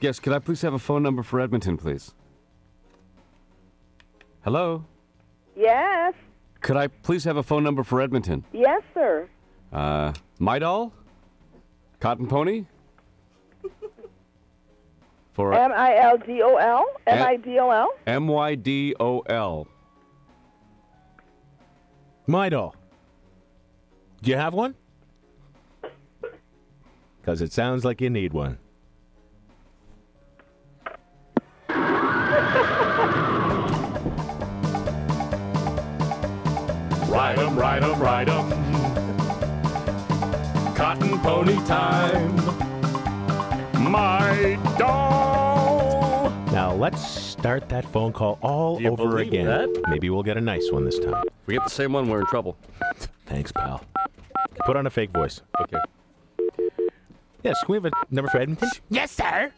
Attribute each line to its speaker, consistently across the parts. Speaker 1: Yes, could I please have a phone number for Edmonton, please? Hello?
Speaker 2: Yes.
Speaker 1: Could I please have a phone number for Edmonton?
Speaker 2: Yes, sir.
Speaker 1: Uh, my doll? Cotton Pony? For
Speaker 2: M I L D O L. M I D O L.
Speaker 1: M Y D O L.
Speaker 3: My doll. Do you have one? Because it sounds like you need one.
Speaker 4: Ride 'em, ride 'em, ride 'em. Cotton pony time. My doll.
Speaker 3: Now let's start that phone call all
Speaker 4: you
Speaker 3: over
Speaker 4: believe
Speaker 3: again.
Speaker 4: that?
Speaker 3: Maybe we'll get a nice one this time.
Speaker 1: If we get the same one, we're in trouble.
Speaker 3: Thanks, pal. Put on a fake voice.
Speaker 1: Okay.
Speaker 3: Yes, can we have a number for Edmonton?
Speaker 5: Yes, sir.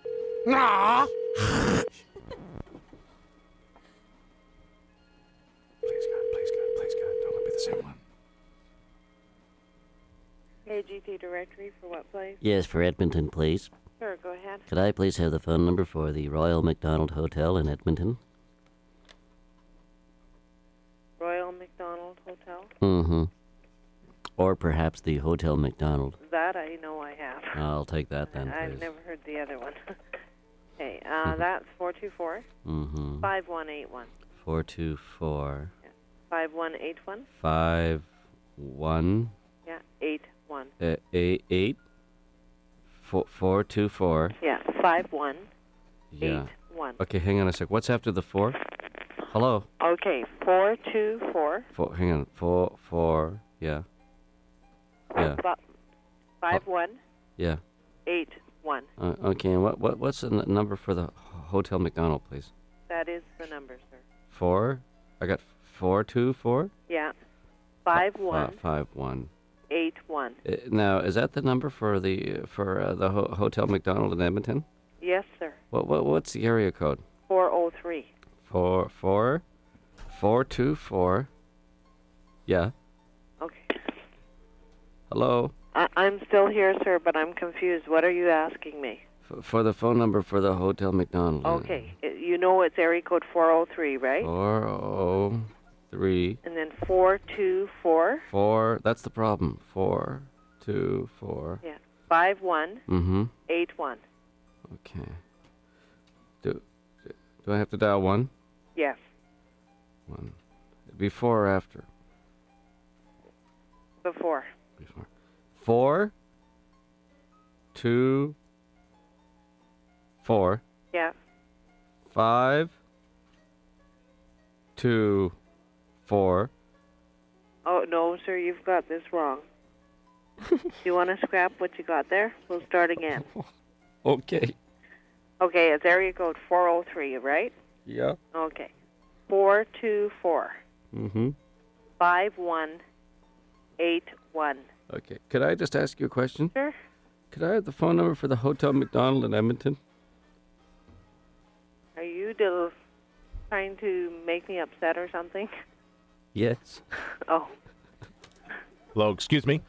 Speaker 4: Please God, please God, please God, don't let it be the same one.
Speaker 6: KGT directory for what place?
Speaker 5: Yes, for Edmonton, please.
Speaker 6: Sure, go ahead.
Speaker 5: Could I please have the phone number for the Royal McDonald Hotel in Edmonton?
Speaker 6: Royal McDonald Hotel.
Speaker 5: Mm-hmm. Or perhaps the Hotel McDonald.
Speaker 6: That I know I have.
Speaker 5: I'll take that then,
Speaker 6: I've
Speaker 5: please.
Speaker 6: never heard the other one. okay, uh, that's 424
Speaker 5: Mm-hmm.
Speaker 6: 5181.
Speaker 5: Four two four
Speaker 6: 5181?
Speaker 5: five one
Speaker 6: Yeah, 81.
Speaker 5: uh, eight eight four four two four.
Speaker 6: Yeah, 5181.
Speaker 5: Yeah. Okay, hang on a sec. What's after the four? Hello.
Speaker 6: Okay, 424
Speaker 5: Four. Hang on. Four four. Yeah. Yeah.
Speaker 6: fi- 5181.
Speaker 5: Yeah. Uh, okay. And what what what's the n- number for the h- Hotel McDonald, please?
Speaker 6: That is the number, sir.
Speaker 5: Four. I got four two four.
Speaker 6: Yeah,
Speaker 5: Uh,
Speaker 6: 5181.
Speaker 5: five one. Uh, now, is that the number for the for uh, the ho- Hotel McDonald in Edmonton?
Speaker 6: Yes, sir.
Speaker 5: What, what what's the area code?
Speaker 6: 403.
Speaker 5: Four four four two four. Yeah.
Speaker 6: Okay.
Speaker 5: Hello.
Speaker 6: I- I'm still here, sir, but I'm confused. What are you asking me?
Speaker 5: F- for the phone number for the Hotel McDonald.
Speaker 6: Okay, i- you know it's area code 403, right?
Speaker 5: Four oh three
Speaker 6: And then 424,
Speaker 5: four. That's the problem. Four two four.
Speaker 6: yeah, 5181.
Speaker 5: Mm-hmm. Okay. Do do I have to dial one?
Speaker 6: Yes.
Speaker 5: One. Before or after?
Speaker 6: Before.
Speaker 5: Before. Four. Two. Four.
Speaker 6: Yeah.
Speaker 5: Five. Two. Four.
Speaker 6: Oh, no, sir, you've got this wrong. you want to scrap what you got there? We'll start again.
Speaker 5: Okay.
Speaker 6: Okay, it's area code 403, right?
Speaker 5: Yeah.
Speaker 6: Okay. 424
Speaker 5: Mm-hmm.
Speaker 6: 5181.
Speaker 5: Okay. Could I just ask you a question?
Speaker 6: Sure.
Speaker 5: Could I have the phone number for the Hotel McDonald in Edmonton?
Speaker 6: Are you del- trying to make me upset or something?
Speaker 5: Yes.
Speaker 6: Oh,
Speaker 3: Hello, excuse me.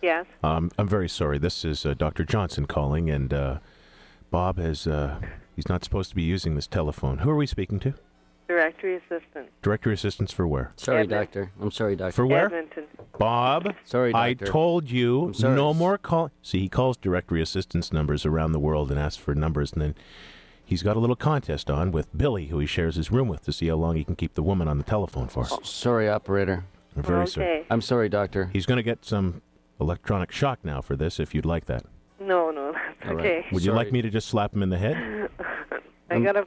Speaker 6: yes.
Speaker 3: Um, I'm very sorry. This is uh, Dr. Johnson calling, and uh, Bob has, uh, he's not supposed to be using this telephone. Who are we speaking to?
Speaker 6: Directory assistant.
Speaker 3: Directory assistance for where?
Speaker 5: Sorry,
Speaker 6: Edmund.
Speaker 5: doctor. I'm sorry, doctor.
Speaker 3: For where?
Speaker 6: Edmonton.
Speaker 3: Bob.
Speaker 5: Sorry,
Speaker 3: I
Speaker 5: doctor.
Speaker 3: told you
Speaker 5: I'm sorry.
Speaker 3: no more call. See, he calls directory assistance numbers around the world and asks for numbers, and then he's got a little contest on with Billy, who he shares his room with, to see how long he can keep the woman on the telephone for.
Speaker 5: sorry, operator.
Speaker 3: I'm very sorry.
Speaker 6: okay.
Speaker 5: I'm sorry, doctor.
Speaker 3: He's going to get some electronic shock now for this, if you'd like that.
Speaker 6: No, no, that's
Speaker 5: All right.
Speaker 6: okay.
Speaker 3: Would you like
Speaker 5: Sorry.
Speaker 3: me to just slap him in the head?
Speaker 6: I got a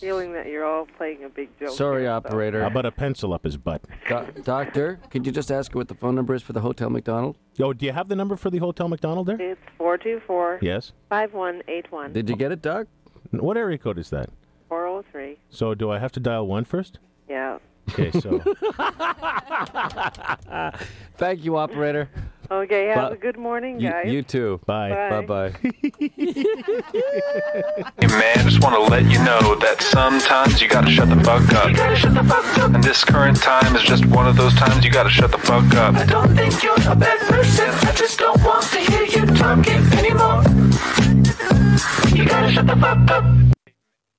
Speaker 6: feeling that you're all playing a big joke.
Speaker 5: Sorry,
Speaker 6: here, so-
Speaker 3: How
Speaker 5: operator.
Speaker 3: about a pencil up his butt?
Speaker 5: Do- doctor, could you just ask her what the phone number is for the Hotel McDonald?
Speaker 3: Oh, do you have the number for the Hotel McDonald there?
Speaker 6: It's 424
Speaker 3: Yes.
Speaker 6: 5181
Speaker 5: Did you get it, Doc?
Speaker 3: N- What area code is that?
Speaker 6: 403.
Speaker 3: So do I have to dial one first?
Speaker 6: Yeah.
Speaker 3: Okay, so
Speaker 5: Thank you, operator.
Speaker 6: Okay, have
Speaker 5: Bu-
Speaker 6: a good morning,
Speaker 5: You,
Speaker 6: guys.
Speaker 5: you too.
Speaker 3: bye.
Speaker 6: Bye.
Speaker 5: Bye-bye.
Speaker 7: Hey man, just want to let you know that sometimes you gotta shut the fuck up. You gotta shut the fuck up. And this current time is just one of those times you gotta shut the fuck up. I don't think you're a bad person. I just don't want to hear you talking anymore. You gotta shut the fuck up.